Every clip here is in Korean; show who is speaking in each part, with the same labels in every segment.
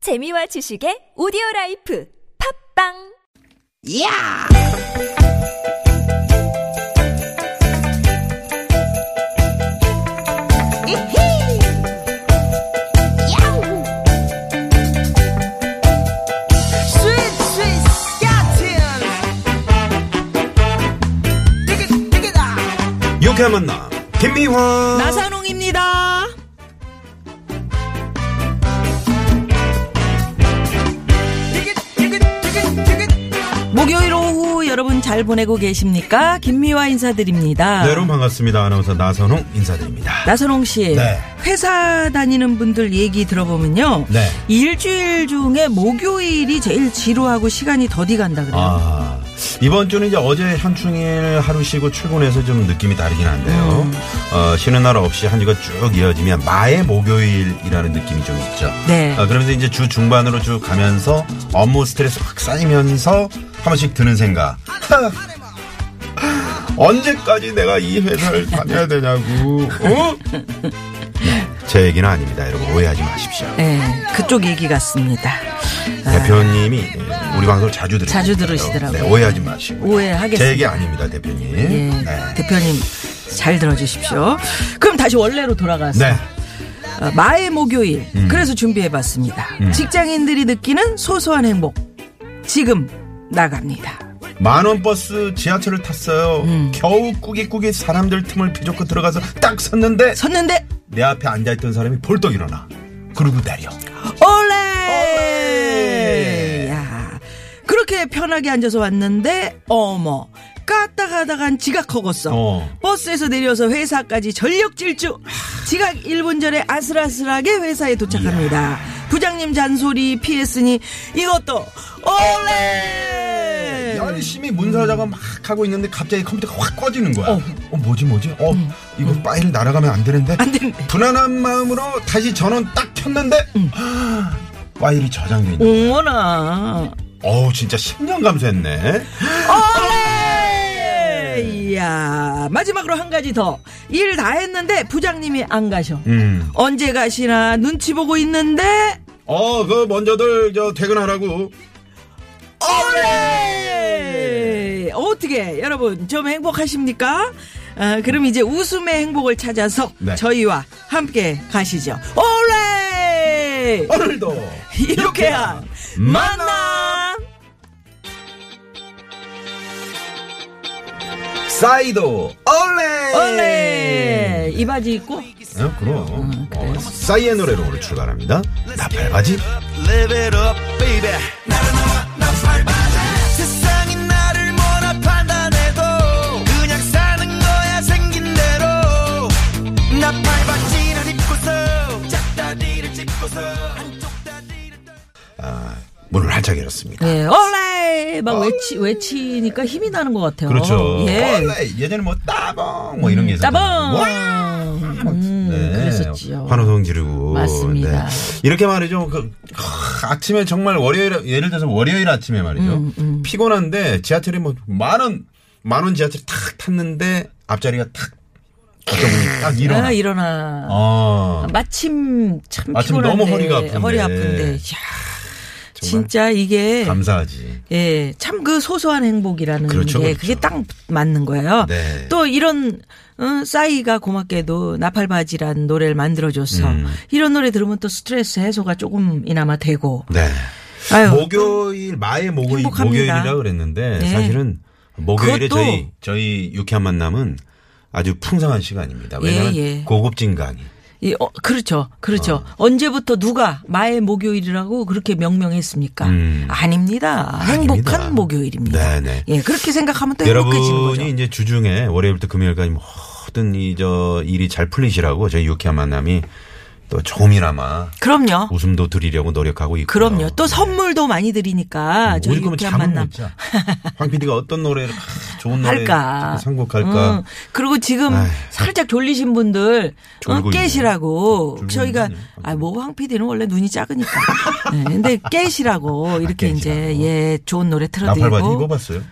Speaker 1: 재미와 지식의 오디오 라이프 팝빵
Speaker 2: 야! 이히! 야우! 스윗, 스윗, 스카틴! 띠깃, 띠깃아!
Speaker 3: 유쾌한 만남 김미화
Speaker 4: 나선홍입니다.
Speaker 2: 띠깃, 띠깃, 띠깃, 띠깃!
Speaker 4: 목요일 오후 여러분 잘 보내고 계십니까? 김미화 인사드립니다.
Speaker 3: 네, 여러분 반갑습니다 아나운서 나선홍 인사드립니다
Speaker 4: 나선홍 씨,
Speaker 3: 네.
Speaker 4: 회사 다니는 분들 얘기 들어보면요.
Speaker 3: 네.
Speaker 4: 일주일 중에 목요일이 제일 지루하고 시간이 더디 간다 그래요.
Speaker 3: 아 이번 주는 이제 어제 현충일 하루 쉬고 출근해서 좀 느낌이 다르긴 한데요
Speaker 4: 음.
Speaker 3: 어, 쉬는 날 없이 한 주가 쭉 이어지면 마의 목요일이라는 느낌이 좀 있죠
Speaker 4: 네.
Speaker 3: 어, 그러면서 이제 주 중반으로 쭉 가면서 업무 스트레스 확 쌓이면서 한 번씩 드는 생각 언제까지 내가 이 회사를 다녀야 되냐고 어? 네, 제 얘기는 아닙니다 여러분 오해하지 마십시오
Speaker 4: 네, 그쪽 얘기 같습니다.
Speaker 3: 아. 대표님이 예, 우리 방송을 자주 들으시더라고요.
Speaker 4: 자주 들으시더라고요.
Speaker 3: 네, 오해하지 마시고.
Speaker 4: 오해하겠습니다.
Speaker 3: 제 얘기 아닙니다, 대표님.
Speaker 4: 예,
Speaker 3: 네.
Speaker 4: 대표님 잘 들어주십시오. 그럼 다시 원래로 돌아가서
Speaker 3: 네. 음.
Speaker 4: 어, 마의 목요일. 그래서 준비해봤습니다. 직장인들이 느끼는 소소한 행복. 지금 나갑니다.
Speaker 3: 만원 버스 지하철을 탔어요.
Speaker 4: 음.
Speaker 3: 겨우 꾸깃꾸깃 사람들 틈을 비좁고 들어가서 딱 섰는데
Speaker 4: 섰는데
Speaker 3: 내 앞에 앉아있던 사람이 벌떡 일어나. 그러고 내려.
Speaker 4: 올레! 야, 그렇게 편하게 앉아서 왔는데 어머 까딱하다간 지각하고서
Speaker 3: 어.
Speaker 4: 버스에서 내려서 회사까지 전력 질주 지각 1분 전에 아슬아슬하게 회사에 도착합니다 부장님 잔소리 피했으니 이것도 올레!
Speaker 3: 열심히 문서 작업 막 하고 있는데 갑자기 컴퓨터가 확 꺼지는 거야. 어,
Speaker 4: 어.
Speaker 3: 뭐지 뭐지? 어, 이거 파일 날아가면 안 되는데.
Speaker 4: 음. 안 되는데. 음.
Speaker 3: 불안한 마음으로 다시 전원 딱 켰는데 파일이 저장돼 있네.
Speaker 4: 어머나
Speaker 3: 어우 진짜 10년 감수했네.
Speaker 4: 올레! 이야 마지막으로 한 가지 더 일 다 했는데 부장님이 안 가셔
Speaker 3: 음.
Speaker 4: 언제 가시나 눈치 보고 있는데
Speaker 3: 어, 그 먼저들 저 퇴근하라고.
Speaker 4: 올레 어떻게 여러분 좀 행복하십니까? 아, 그럼 이제 웃음의 행복을 찾아서
Speaker 3: 네.
Speaker 4: 저희와 함께 가시죠. 올레
Speaker 3: 오늘도
Speaker 4: 이렇게한 만남.
Speaker 3: 사이도 얼레.
Speaker 4: 올레 이 바지 입고
Speaker 3: 어, 그럼 어, 싸이의 노래로 오늘 출발합니다. 나팔바지.
Speaker 5: Live it up, baby. 세상이 나를 뭐라 판단해도 그냥 사는 거야 생긴 대로. 나 팔바지를 입고서 짝다리를 짚고서 한쪽 다리를. 떨-
Speaker 3: 아, 문을 활짝 열었습니다.
Speaker 4: 예 올레 막 외치 외치니까 힘이 나는 것 같아요.
Speaker 3: 그렇죠.
Speaker 4: 예
Speaker 3: 원래 예전에 뭐 따봉 뭐 이런 게 있었죠.
Speaker 4: 따봉. 음,
Speaker 3: 네.
Speaker 4: 그랬었지요.
Speaker 3: 환호성 지르고.
Speaker 4: 맞습니다.
Speaker 3: 이렇게 말이죠. 그, 하, 아침에 정말 월요일, 예를 들어서 월요일 아침에 말이죠.
Speaker 4: 음,
Speaker 3: 피곤한데 지하철이 뭐 만원, 만원 지하철 탁 탔는데 앞자리가 탁, 어쩌면 딱 일어나.
Speaker 4: 아, 일어나.
Speaker 3: 어.
Speaker 4: 마침 참
Speaker 3: 마침
Speaker 4: 피곤한데
Speaker 3: 너무 허리가 아픈데.
Speaker 4: 허리 아픈데. 이야, 진짜 이게
Speaker 3: 감사하지.
Speaker 4: 예, 참 그 소소한 행복이라는
Speaker 3: 그렇죠,
Speaker 4: 게
Speaker 3: 그렇죠.
Speaker 4: 그게 딱 맞는 거예요.
Speaker 3: 네.
Speaker 4: 또 이런 어, 싸이가 고맙게도 나팔바지란 노래를 만들어줘서
Speaker 3: 음.
Speaker 4: 이런 노래 들으면 또 스트레스 해소가 조금이나마 되고
Speaker 3: 네.
Speaker 4: 아유
Speaker 3: 목요일, 마의 목요일,
Speaker 4: 예. 행복합니다.
Speaker 3: 목요일이라고 그랬는데
Speaker 4: 네.
Speaker 3: 사실은 목요일에
Speaker 4: 그것도-
Speaker 3: 저희, 저희 유쾌한 만남은 아주 풍성한 시간입니다. 왜냐하면
Speaker 4: 예, 예.
Speaker 3: 고급진 강의.
Speaker 4: 이, 어, 그렇죠 그렇죠 언제부터 누가 마의 목요일이라고 그렇게 명명했습니까?
Speaker 3: 음.
Speaker 4: 아닙니다
Speaker 3: 아닙니다.
Speaker 4: 행복한 목요일입니다.
Speaker 3: 네네.
Speaker 4: 예 그렇게 생각하면 또 행복해지는 거죠.
Speaker 3: 여러분이 이제 주중에 월요일부터 금요일까지 뭐 모든 이 저 일이 잘 풀리시라고 저희 유쾌한 만남이 또 조금이나마
Speaker 4: 그럼요.
Speaker 3: 웃음도 드리려고 노력하고 있고
Speaker 4: 그럼요. 또 선물도 많이 드리니까 저희
Speaker 3: 어. 그러면
Speaker 4: 유쾌한
Speaker 3: 잠을
Speaker 4: 만남
Speaker 3: 못 자. 황 PD가 어떤 노래를 아, 좋은 노래
Speaker 4: 할까.
Speaker 3: 선곡할까.
Speaker 4: 음, 그리고 지금
Speaker 3: 아휴.
Speaker 4: 살짝 졸리신 분들 어,
Speaker 3: 졸고 있네.
Speaker 4: 깨시라고
Speaker 3: 졸고
Speaker 4: 저희가
Speaker 3: 있네.
Speaker 4: 아뭐황 PD는 원래 눈이 작으니까. 네, 근데 깨시라고 이렇게
Speaker 3: 아, 깨시라고.
Speaker 4: 이제 예 좋은 노래
Speaker 3: 나팔바지
Speaker 4: 틀어드리고.
Speaker 3: 입어봤어요?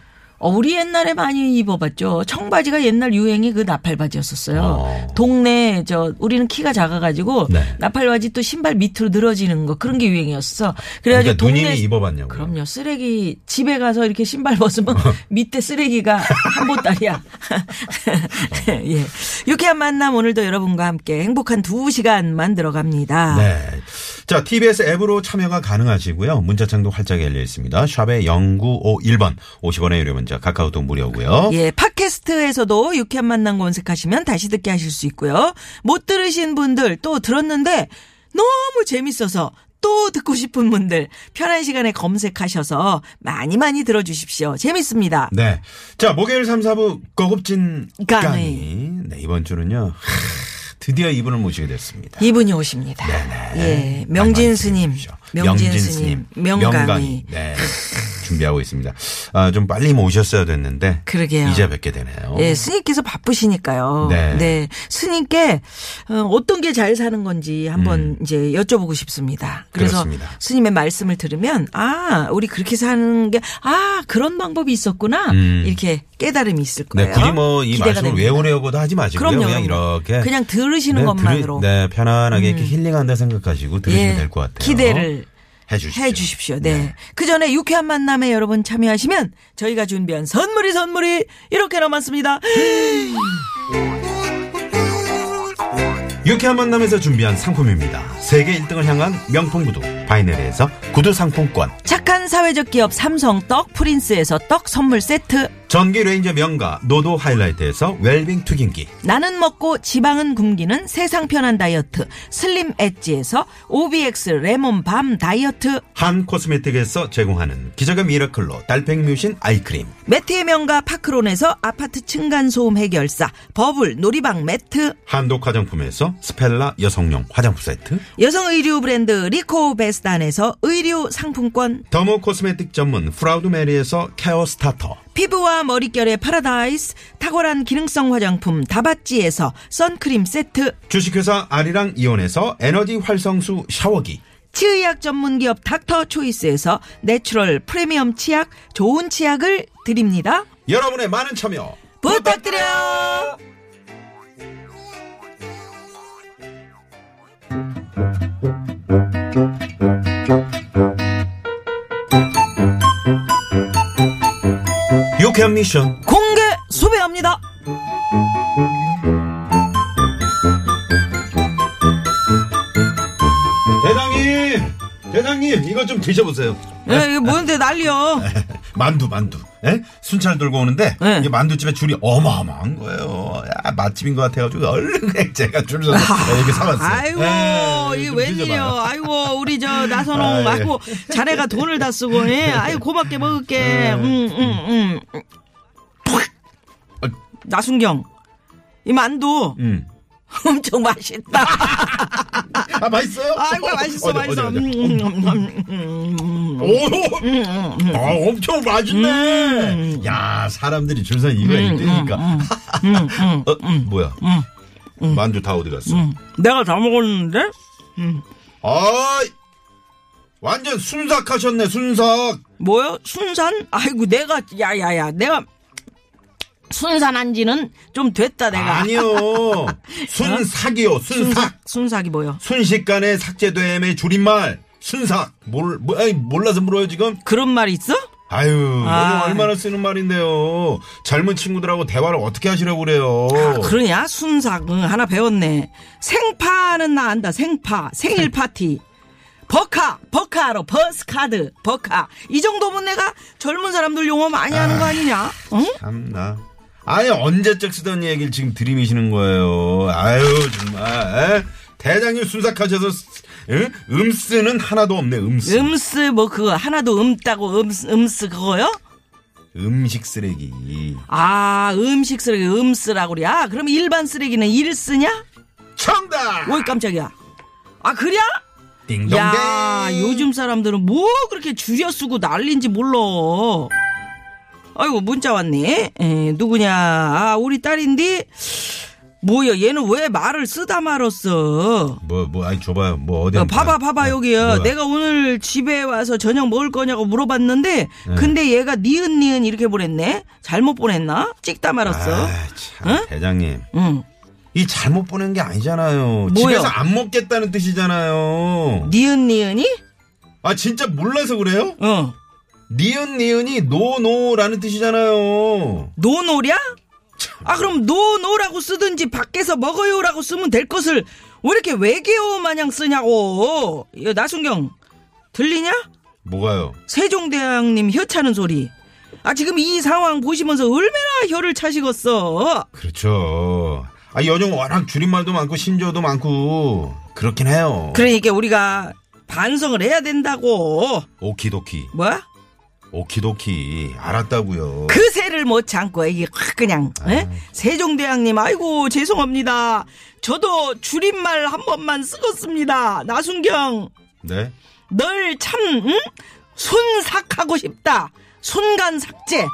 Speaker 4: 어, 우리 옛날에 많이 입어봤죠. 청바지가 옛날 유행이 그 나팔바지였었어요.
Speaker 3: 어.
Speaker 4: 동네 저 우리는 키가 작아가지고
Speaker 3: 네.
Speaker 4: 나팔바지 또 신발 밑으로 늘어지는 거 그런 게 유행이었어. 그래가지고
Speaker 3: 그러니까 누님이
Speaker 4: 동네-
Speaker 3: 입어봤냐고요?
Speaker 4: 그럼요. 쓰레기 집에 가서 이렇게 신발 벗으면 밑에 쓰레기가 한 보따리야. 예. 유쾌한 만남 오늘도 여러분과 함께 행복한 두 시간 만들어갑니다.
Speaker 3: 네. 자, TBS 앱으로 참여가 가능하시고요. 문자창도 활짝 열려 있습니다. 샵에 0951번 50원의 유료 문자 카카오톡 무료고요.
Speaker 4: 예, 팟캐스트에서도 유쾌한 만남 검색하시면 다시 듣게 하실 수 있고요. 못 들으신 분들 또 들었는데 너무 재밌어서 또 듣고 싶은 분들 편한 시간에 검색하셔서 많이 많이 들어주십시오. 재밌습니다.
Speaker 3: 네. 자, 목요일 3, 4부 거급진
Speaker 4: 가니.
Speaker 3: 가니. 네, 이번 주는요. 하, 드디어 이분을 모시게 됐습니다.
Speaker 4: 이분이 오십니다.
Speaker 3: 네.
Speaker 4: 예,
Speaker 3: 많이
Speaker 4: 명진 스님,
Speaker 3: 기대해주십시오.
Speaker 4: 명진 스님, 명강이.
Speaker 3: 네. 준비하고 있습니다. 아, 좀 빨리 모셨어야 됐는데.
Speaker 4: 그러게요.
Speaker 3: 이제 뵙게 되네요.
Speaker 4: 예, 스님께서 바쁘시니까요.
Speaker 3: 네.
Speaker 4: 스님께 어, 어떤 게 잘 사는 건지 한번 이제 여쭤보고 싶습니다. 그래서
Speaker 3: 음. 그렇습니다.
Speaker 4: 스님의 말씀을 들으면 아, 우리 그렇게 사는 게 아, 그런 방법이 있었구나.
Speaker 3: 음.
Speaker 4: 이렇게 깨달음이 있을 거예요.
Speaker 3: 네, 굳이 뭐 이
Speaker 4: 기대가
Speaker 3: 말씀을
Speaker 4: 됩니다.
Speaker 3: 외우려고도 하지 마시고요.
Speaker 4: 그럼요.
Speaker 3: 그냥
Speaker 4: 그럼요.
Speaker 3: 이렇게
Speaker 4: 그냥 들으시는
Speaker 3: 네,
Speaker 4: 것만으로 음.
Speaker 3: 들으- 네, 편안하게 이렇게 힐링한다 생각하시고 들으시면
Speaker 4: 예,
Speaker 3: 될 것 같아요.
Speaker 4: 기대를
Speaker 3: 해 주십시오.
Speaker 4: 해 주십시오. 네. 그 전에 유쾌한 만남에 여러분 참여하시면 저희가 준비한 선물이 선물이 이렇게 남았습니다.
Speaker 3: 유쾌한 만남에서 준비한 상품입니다. 세계 1등을 향한 명품 구두 바이네리에서 구두 상품권,
Speaker 4: 착한 사회적 기업 삼성 떡 프린스에서 떡 선물 세트.
Speaker 3: 전기 레인저 명가 노도 하이라이트에서 웰빙 튀김기,
Speaker 4: 나는 먹고 지방은 굶기는 세상 편한 다이어트. 슬림 엣지에서 OBX 레몬 밤 다이어트.
Speaker 3: 한 코스메틱에서 제공하는 기적의 미라클로 달팽이 뮤신 아이크림,
Speaker 4: 매트의 명가 파크론에서 아파트 층간소음 해결사. 버블 놀이방 매트.
Speaker 3: 한독 화장품에서 스펠라 여성용 화장품 세트,
Speaker 4: 여성 의류 브랜드 리코 베스단에서 의류 상품권.
Speaker 3: 더모 코스메틱 전문 프라우드 메리에서 케어 스타터,
Speaker 4: 피부와 머릿결의 파라다이스. 탁월한 기능성 화장품 다바찌에서 선크림 세트.
Speaker 3: 주식회사 아리랑 이온에서 에너지 활성수 샤워기,
Speaker 4: 치의학 전문기업 닥터 초이스에서 내추럴 프리미엄 치약 좋은 치약을 드립니다.
Speaker 3: 여러분의 많은 참여
Speaker 4: 부탁드려요.
Speaker 3: 유쾌한 미션
Speaker 4: 공개 수배합니다.
Speaker 3: 대장님 대장님 이거 좀 드셔보세요
Speaker 4: 예, 네. 이게 뭔데 난리요.
Speaker 3: 만두 만두 예? 순찰 돌고 오는데
Speaker 4: 네.
Speaker 3: 이 만두집에 줄이 어마어마한 거예요 야, 맛집인 것 같아가지고 얼른 제가 줄을 서서 이렇게 사왔어요
Speaker 4: 아, 아이고,
Speaker 3: 예,
Speaker 4: 이
Speaker 3: 좀
Speaker 4: 웬일이요.
Speaker 3: 드셔봐요.
Speaker 4: 아이고, 우리 저
Speaker 3: 아,
Speaker 4: 나선홍
Speaker 3: 예.
Speaker 4: 네, 아이고 자네가 돈을 다 쓰고. 예. 아이고 고맙게 먹을게. 음, 음, 음. 아. 나순경. 이 만두
Speaker 3: 음.
Speaker 4: 엄청 맛있다.
Speaker 3: 아 맛있어요?
Speaker 4: 아이고 맛있어
Speaker 3: 어디,
Speaker 4: 맛있어.
Speaker 3: 어디,
Speaker 4: 음,
Speaker 3: 어디.
Speaker 4: 음, 음, 음, 음, 음.
Speaker 3: 오, 아, 엄청 맛있네.
Speaker 4: 음.
Speaker 3: 야, 사람들이 줄서 이거 있으니까.
Speaker 4: 음,
Speaker 3: 어, 뭐야? 만두 다 어디 갔어?
Speaker 4: 음. 내가 다 먹었는데?
Speaker 3: 아이, 완전 순삭하셨네, 순삭.
Speaker 4: 뭐요? 순산? 아이고 내가 야야야 내가 순산한 지는 좀 됐다 내가 어?
Speaker 3: 아니요. 순삭이요, 순삭.
Speaker 4: 순삭이 뭐요?
Speaker 3: 순식간에 삭제됨의 줄임말. 순삭. 몰, 뭐, 아이, 몰라서 물어요, 지금?
Speaker 4: 그런 말이 있어?
Speaker 3: 아유,
Speaker 4: 아.
Speaker 3: 오늘 얼마나 쓰는 말인데요. 젊은 친구들하고 대화를 어떻게 하시려고 그래요.
Speaker 4: 아, 그러냐 순삭 응, 하나 배웠네 생파는 나 안다 생파 생일 파티 버카 버카로 버스카드 버카 이 정도면 내가 젊은 사람들 용어 많이 하는 거 아니냐? 응?
Speaker 3: 참나. 아예 언제적 쓰던 얘기를 지금 들이미시는 거예요. 아유 정말 에? 대장님 순삭하셔서 쓰- 에? 음쓰는 하나도 없네 음쓰. 음.
Speaker 4: 음스 뭐 그거 하나도 음따고 음, 음스 그거요?
Speaker 3: 식 쓰레기.
Speaker 4: 아 음식 쓰레기 음쓰라고 그래 아, 그럼 일반 쓰레기는 일 쓰냐?
Speaker 3: 정답.
Speaker 4: 오이 깜짝이야. 아 그래?
Speaker 3: 띵동댕.
Speaker 4: 야 요즘 사람들은 뭐 그렇게 줄여 쓰고 난리인지 몰라. 예, 아이고 문자 왔네. 에, 누구냐? 아 우리 딸인데 뭐야 얘는 왜 말을 쓰다 말았어?
Speaker 3: 뭐, 뭐, 아니, 줘봐요. 뭐, 어디.
Speaker 4: 야,
Speaker 3: 한번
Speaker 4: 봐봐
Speaker 3: 가-
Speaker 4: 봐봐 여기요.
Speaker 3: 뭐야.
Speaker 4: 내가 오늘 집에 와서 저녁 먹을 거냐고 물어봤는데
Speaker 3: 네.
Speaker 4: 근데 얘가 니은 니은 이렇게 보냈네. 잘못 보냈나? 찍다 말았어.
Speaker 3: 아, 참, 대장님.
Speaker 4: 응.
Speaker 3: 이 잘못 보낸 게 아니잖아요.
Speaker 4: 뭐요?
Speaker 3: 집에서 안 먹겠다는 뜻이잖아요.
Speaker 4: 니은 니은이?
Speaker 3: 아, 진짜 몰라서 그래요?
Speaker 4: 어.
Speaker 3: 니은 니은이 노노라는 뜻이잖아요.
Speaker 4: 노노랴? 아 그럼 노노라고 쓰든지 밖에서 먹어요라고 쓰면 될 것을 왜 이렇게 외계어 마냥 쓰냐고. 야, 나순경 들리냐?
Speaker 3: 뭐가요?
Speaker 4: 세종대왕님 혀 차는 소리. 아 지금 이 상황 보시면서 얼마나 혀를 차시겠어.
Speaker 3: 그렇죠. 아, 요즘 워낙 줄임말도 많고 신조어도 많고 그렇긴 해요.
Speaker 4: 그러니까 우리가 반성을 해야 된다고.
Speaker 3: 오키도키.
Speaker 4: 뭐야?
Speaker 3: 오키도키. 알았다고요.
Speaker 4: 그 새를 못 참고 이게 확 그냥 예? 세종대왕님 아이고 죄송합니다. 저도 줄임말 한 번만 쓰겠습니다. 나순경
Speaker 3: 네?
Speaker 4: 널 참 순삭하고 싶다. 순간 삭제.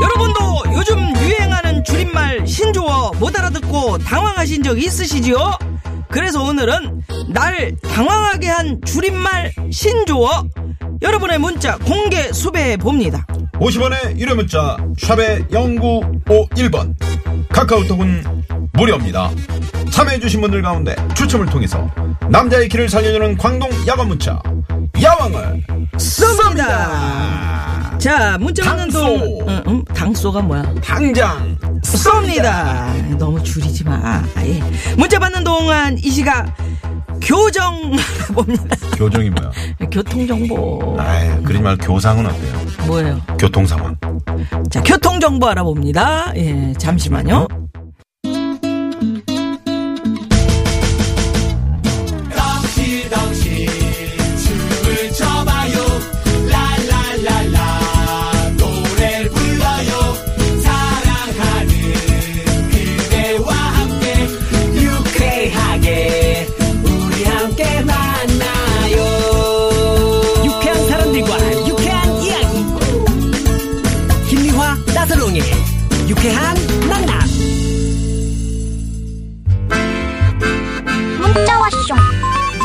Speaker 4: 여러분도 요즘 유행하는 줄임말 신조어 못 알아듣고 당황하신 적 있으시지요? 그래서 오늘은 날 당황하게 한 줄임말 신조어 여러분의 문자 공개 수배해 봅니다.
Speaker 3: 50원의 유료 문자 샵의 0951번 카카오톡은 무료입니다. 참여해주신 분들 가운데 추첨을 통해서 남자의 길을 살려주는 광동 야간 문자 야왕을 아,
Speaker 4: 쏩니다. 자, 문자 받는
Speaker 3: 당쏘.
Speaker 4: 동 응, 응? 당쏘가 뭐야?
Speaker 3: 당장
Speaker 4: 쏩니다. 너무 줄이지 마. 예. 문자 받는 동안 이 시각 교정 봅니다.
Speaker 3: 교정이 뭐야?
Speaker 4: 교통정보.
Speaker 3: 아 그러지 말고 교상은 어때요?
Speaker 4: 뭐예요?
Speaker 3: 교통 상황.
Speaker 4: 자, 교통정보 알아봅니다. 예, 잠시만요.
Speaker 6: 유쾌한 사람들과 유쾌한 이야기 김미화 나서롱의 유쾌한 만남
Speaker 7: 문자 왔쇼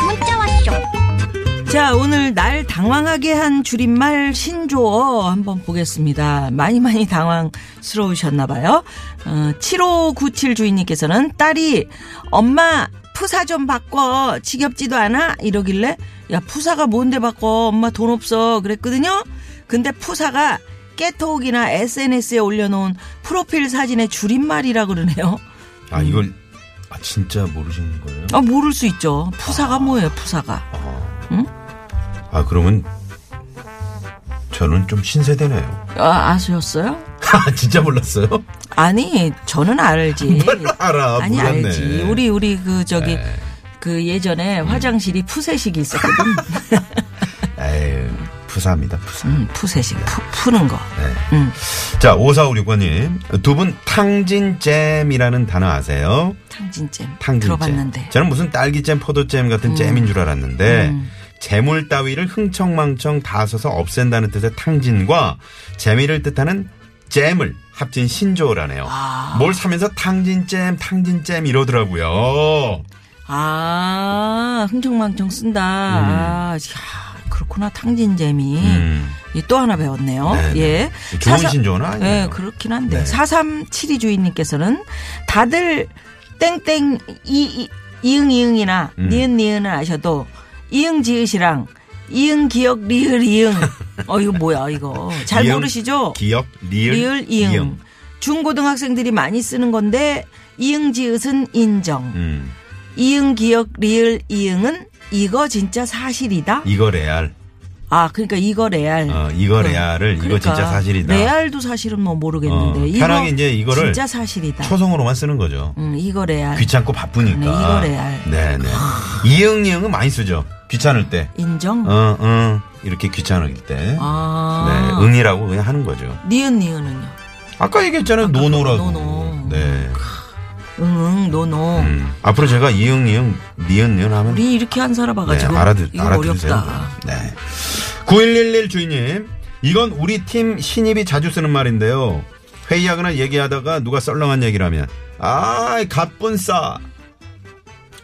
Speaker 7: 문자 왔쇼
Speaker 4: 자, 오늘 날 당황하게 한 줄임말 신조어 한번 보겠습니다. 많이 많이 당황스러우셨나봐요. 어, 7597 주인님께서는 딸이 엄마 푸사 좀 바꿔. 지겹지도 않아? 이러길래 야, 푸사가 뭔데 바꿔. 엄마 돈 없어. 그랬거든요. 근데 푸사가 깨톡이나 SNS에 올려놓은 프로필 사진의 줄임말이라 그러네요.
Speaker 3: 아 이걸 아 진짜 모르시는 거예요?
Speaker 4: 아, 모를 수 있죠. 푸사가 뭐예요, 푸사가.
Speaker 3: 아 그러면 저는 좀 신세대네요.
Speaker 4: 아, 아셨어요?
Speaker 3: 아 진짜 몰랐어요?
Speaker 4: 아니 저는 알지.
Speaker 3: 별로 알아.
Speaker 4: 아니
Speaker 3: 몰랐네. 네.
Speaker 4: 알지. 우리 우리 그 저기 그 예전에
Speaker 3: 음.
Speaker 4: 화장실이 푸세식이 있었거든.
Speaker 3: 에휴 부사입니다. 부사.
Speaker 4: 음, 푸세식 푸, 푸는 거.
Speaker 3: 네. 자 5456번님 두 분 탕진잼이라는 단어 아세요?
Speaker 4: 탕진잼.
Speaker 3: 탕진잼.
Speaker 4: 들어봤는데. 음.
Speaker 3: 저는 무슨 딸기잼, 포도잼 같은 잼인 줄 알았는데 재물 따위를 흥청망청 다 써서 없앤다는 뜻의 탕진과 재미를 뜻하는 잼을 합친 신조어라네요.
Speaker 4: 아.
Speaker 3: 뭘 사면서 탕진잼, 탕진잼 이러더라고요.
Speaker 4: 아 흥청망청 쓴다. 아, 야, 그렇구나 탕진잼이.
Speaker 3: 음.
Speaker 4: 예, 또 하나 배웠네요.
Speaker 3: 네네.
Speaker 4: 예.
Speaker 3: 좋은
Speaker 4: 사사-
Speaker 3: 신조어는 아니에요.
Speaker 4: 예, 그렇긴 한데.
Speaker 3: 네.
Speaker 4: 4372 주인님께서는 다들 땡땡 이, 이, 응 이응이나
Speaker 3: 음.
Speaker 4: 니은 니은은 아셔도 이응 지읒이랑 이응 기억 리을 이응. 어, 이거 뭐야, 이거. 잘
Speaker 3: 이응,
Speaker 4: 모르시죠?
Speaker 3: 기억, 리을,
Speaker 4: 리을 이응. 중고등학생들이 많이 쓰는 건데 이응 지읒은 인정.
Speaker 3: 음.
Speaker 4: 이응 기억 리을 이응은 이거 진짜 사실이다?
Speaker 3: 이거 레알.
Speaker 4: 아, 그러니까 이거 레알.
Speaker 3: 어, 이거
Speaker 4: 그럼.
Speaker 3: 레알을 이거
Speaker 4: 그러니까
Speaker 3: 진짜 사실이다.
Speaker 4: 레알도 사실은 뭐 모르겠는데
Speaker 3: 어,
Speaker 4: 이거
Speaker 3: 편하게 이제 이거를
Speaker 4: 진짜 사실이다.
Speaker 3: 초성으로만 쓰는 거죠.
Speaker 4: 음, 이거 레알.
Speaker 3: 귀찮고 바쁘니까.
Speaker 4: 네, 이거 레알.
Speaker 3: 네네. 이응 이응은 많이 쓰죠. 귀찮을 때.
Speaker 4: 인정.
Speaker 3: 어, 어. 이렇게 귀찮을 때.
Speaker 4: 아.
Speaker 3: 네, 응이라고 그냥 하는 거죠.
Speaker 4: 니은 니은은요.
Speaker 3: 아까 얘기했잖아요. 노노라고.
Speaker 4: 노노.
Speaker 3: 네.
Speaker 4: 응응 노노.
Speaker 3: 음. 앞으로 제가 이응 이응 니은 니은 하면
Speaker 4: 우리 이렇게 안
Speaker 3: 네,
Speaker 4: 살아봐가지고
Speaker 3: 알아듣,
Speaker 4: 이거
Speaker 3: 알아들으세요.
Speaker 4: 어렵다.
Speaker 3: 네. 9111 주인님, 이건 우리 팀 신입이 자주 쓰는 말인데요. 회의하거나 얘기하다가 누가 썰렁한 얘기를 하면 아이 갑분싸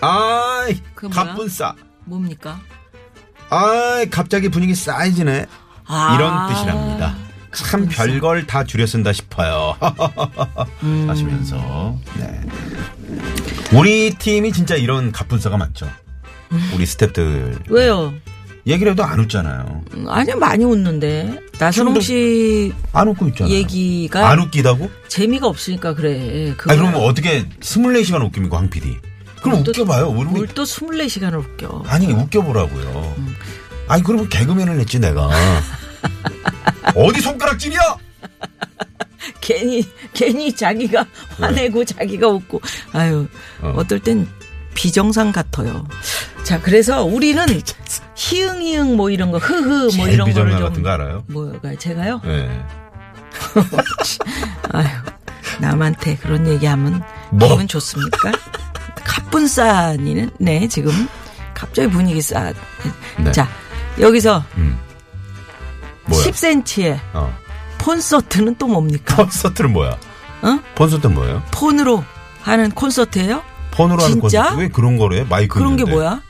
Speaker 3: 아이
Speaker 4: 그게 뭐야?
Speaker 3: 갑분싸
Speaker 4: 뭡니까?
Speaker 3: 아이 갑자기 분위기 싸해지네
Speaker 4: 아.
Speaker 3: 이런 뜻이랍니다. 참 별걸 다 줄여 쓴다 싶어요.
Speaker 4: 음.
Speaker 3: 하시면서 네. 우리 팀이 진짜 이런 갑분싸가 많죠. 우리 스태프들
Speaker 4: 왜요?
Speaker 3: 얘기를 해도 안 웃잖아요.
Speaker 4: 음, 아니요 많이 웃는데 나선홍
Speaker 3: 지금도-
Speaker 4: 씨
Speaker 3: 안 웃고 있잖아요.
Speaker 4: 얘기가
Speaker 3: 안 웃기다고?
Speaker 4: 재미가 없으니까 그래.
Speaker 3: 아 그러면 어떻게 24시간 웃깁니까 황 PD? 그럼 웃겨봐요. 우리
Speaker 4: 뭘또 음. 24시간을 웃겨.
Speaker 3: 아니 웃겨보라고요. 아니 그러면 개그맨을 했지 내가. 어디 손가락질이야?
Speaker 4: 괜히 괜히 자기가 화내고 자기가 웃고 아유
Speaker 3: 네. 어.
Speaker 4: 어. 떨땐 비정상 같아요. 자 그래서 우리는 히응히응 뭐 이런 거 흐흐 뭐
Speaker 3: 제일
Speaker 4: 이런 거를
Speaker 3: 비정상
Speaker 4: 좀
Speaker 3: 같은 거 알아요?
Speaker 4: 뭐가 제가요?
Speaker 3: 예.
Speaker 4: 아유 남한테 그런 얘기하면
Speaker 3: 뭐?
Speaker 4: 기분 좋습니까? 가쁜 싸니는 네 지금 갑자기 분위기 싸.
Speaker 3: 네. 음,
Speaker 4: 자 여기서
Speaker 3: 뭐야?
Speaker 4: 10cm의
Speaker 3: 어.
Speaker 4: 콘서트는 또 뭡니까?
Speaker 3: 콘서트는 뭐야?
Speaker 4: 응?
Speaker 3: 콘서트는 뭐예요?
Speaker 4: 폰으로 하는 콘서트예요?
Speaker 3: 폰으로 하는
Speaker 4: 진짜?
Speaker 3: 콘서트 왜 그런 거래? 마이크
Speaker 4: 그런 게
Speaker 3: 있는데.
Speaker 4: 뭐야?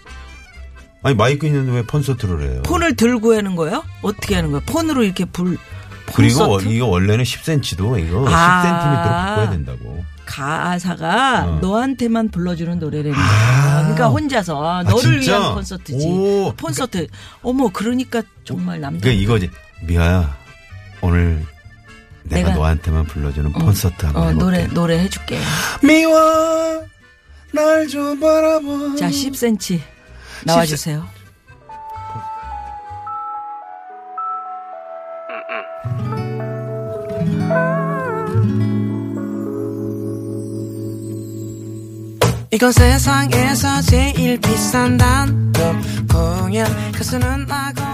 Speaker 3: 아니 마이크 있는데 왜 콘서트를 해요?
Speaker 4: 폰을 들고 하는 거예요? 어떻게 하는 거야? 폰으로 이렇게 불
Speaker 3: 그리고 어,
Speaker 4: 콘서트?
Speaker 3: 이거 원래는 10cm도 이거
Speaker 4: 아.
Speaker 3: 10cm로 바꿔야 된다고.
Speaker 4: 가사가
Speaker 3: 어.
Speaker 4: 너한테만 불러주는 노래라는 거야.
Speaker 3: 아.
Speaker 4: 그러니까 혼자서 너를
Speaker 3: 진짜?
Speaker 4: 위한 콘서트지.
Speaker 3: 오.
Speaker 4: 콘서트. 어머, 그러니까 정말 남자.
Speaker 3: 그 이거지. 미아야 오늘 내가,
Speaker 4: 내가-
Speaker 3: 너한테만 불러주는 콘서트 한번
Speaker 4: 어,
Speaker 3: 해볼게.
Speaker 4: 노래 노래 해줄게.
Speaker 3: 미워 날 좀 바라봐.
Speaker 4: 자, 10cm 나와주세요.
Speaker 2: 이거 세상에서 제일 비싼 단독 공연 가수는 나고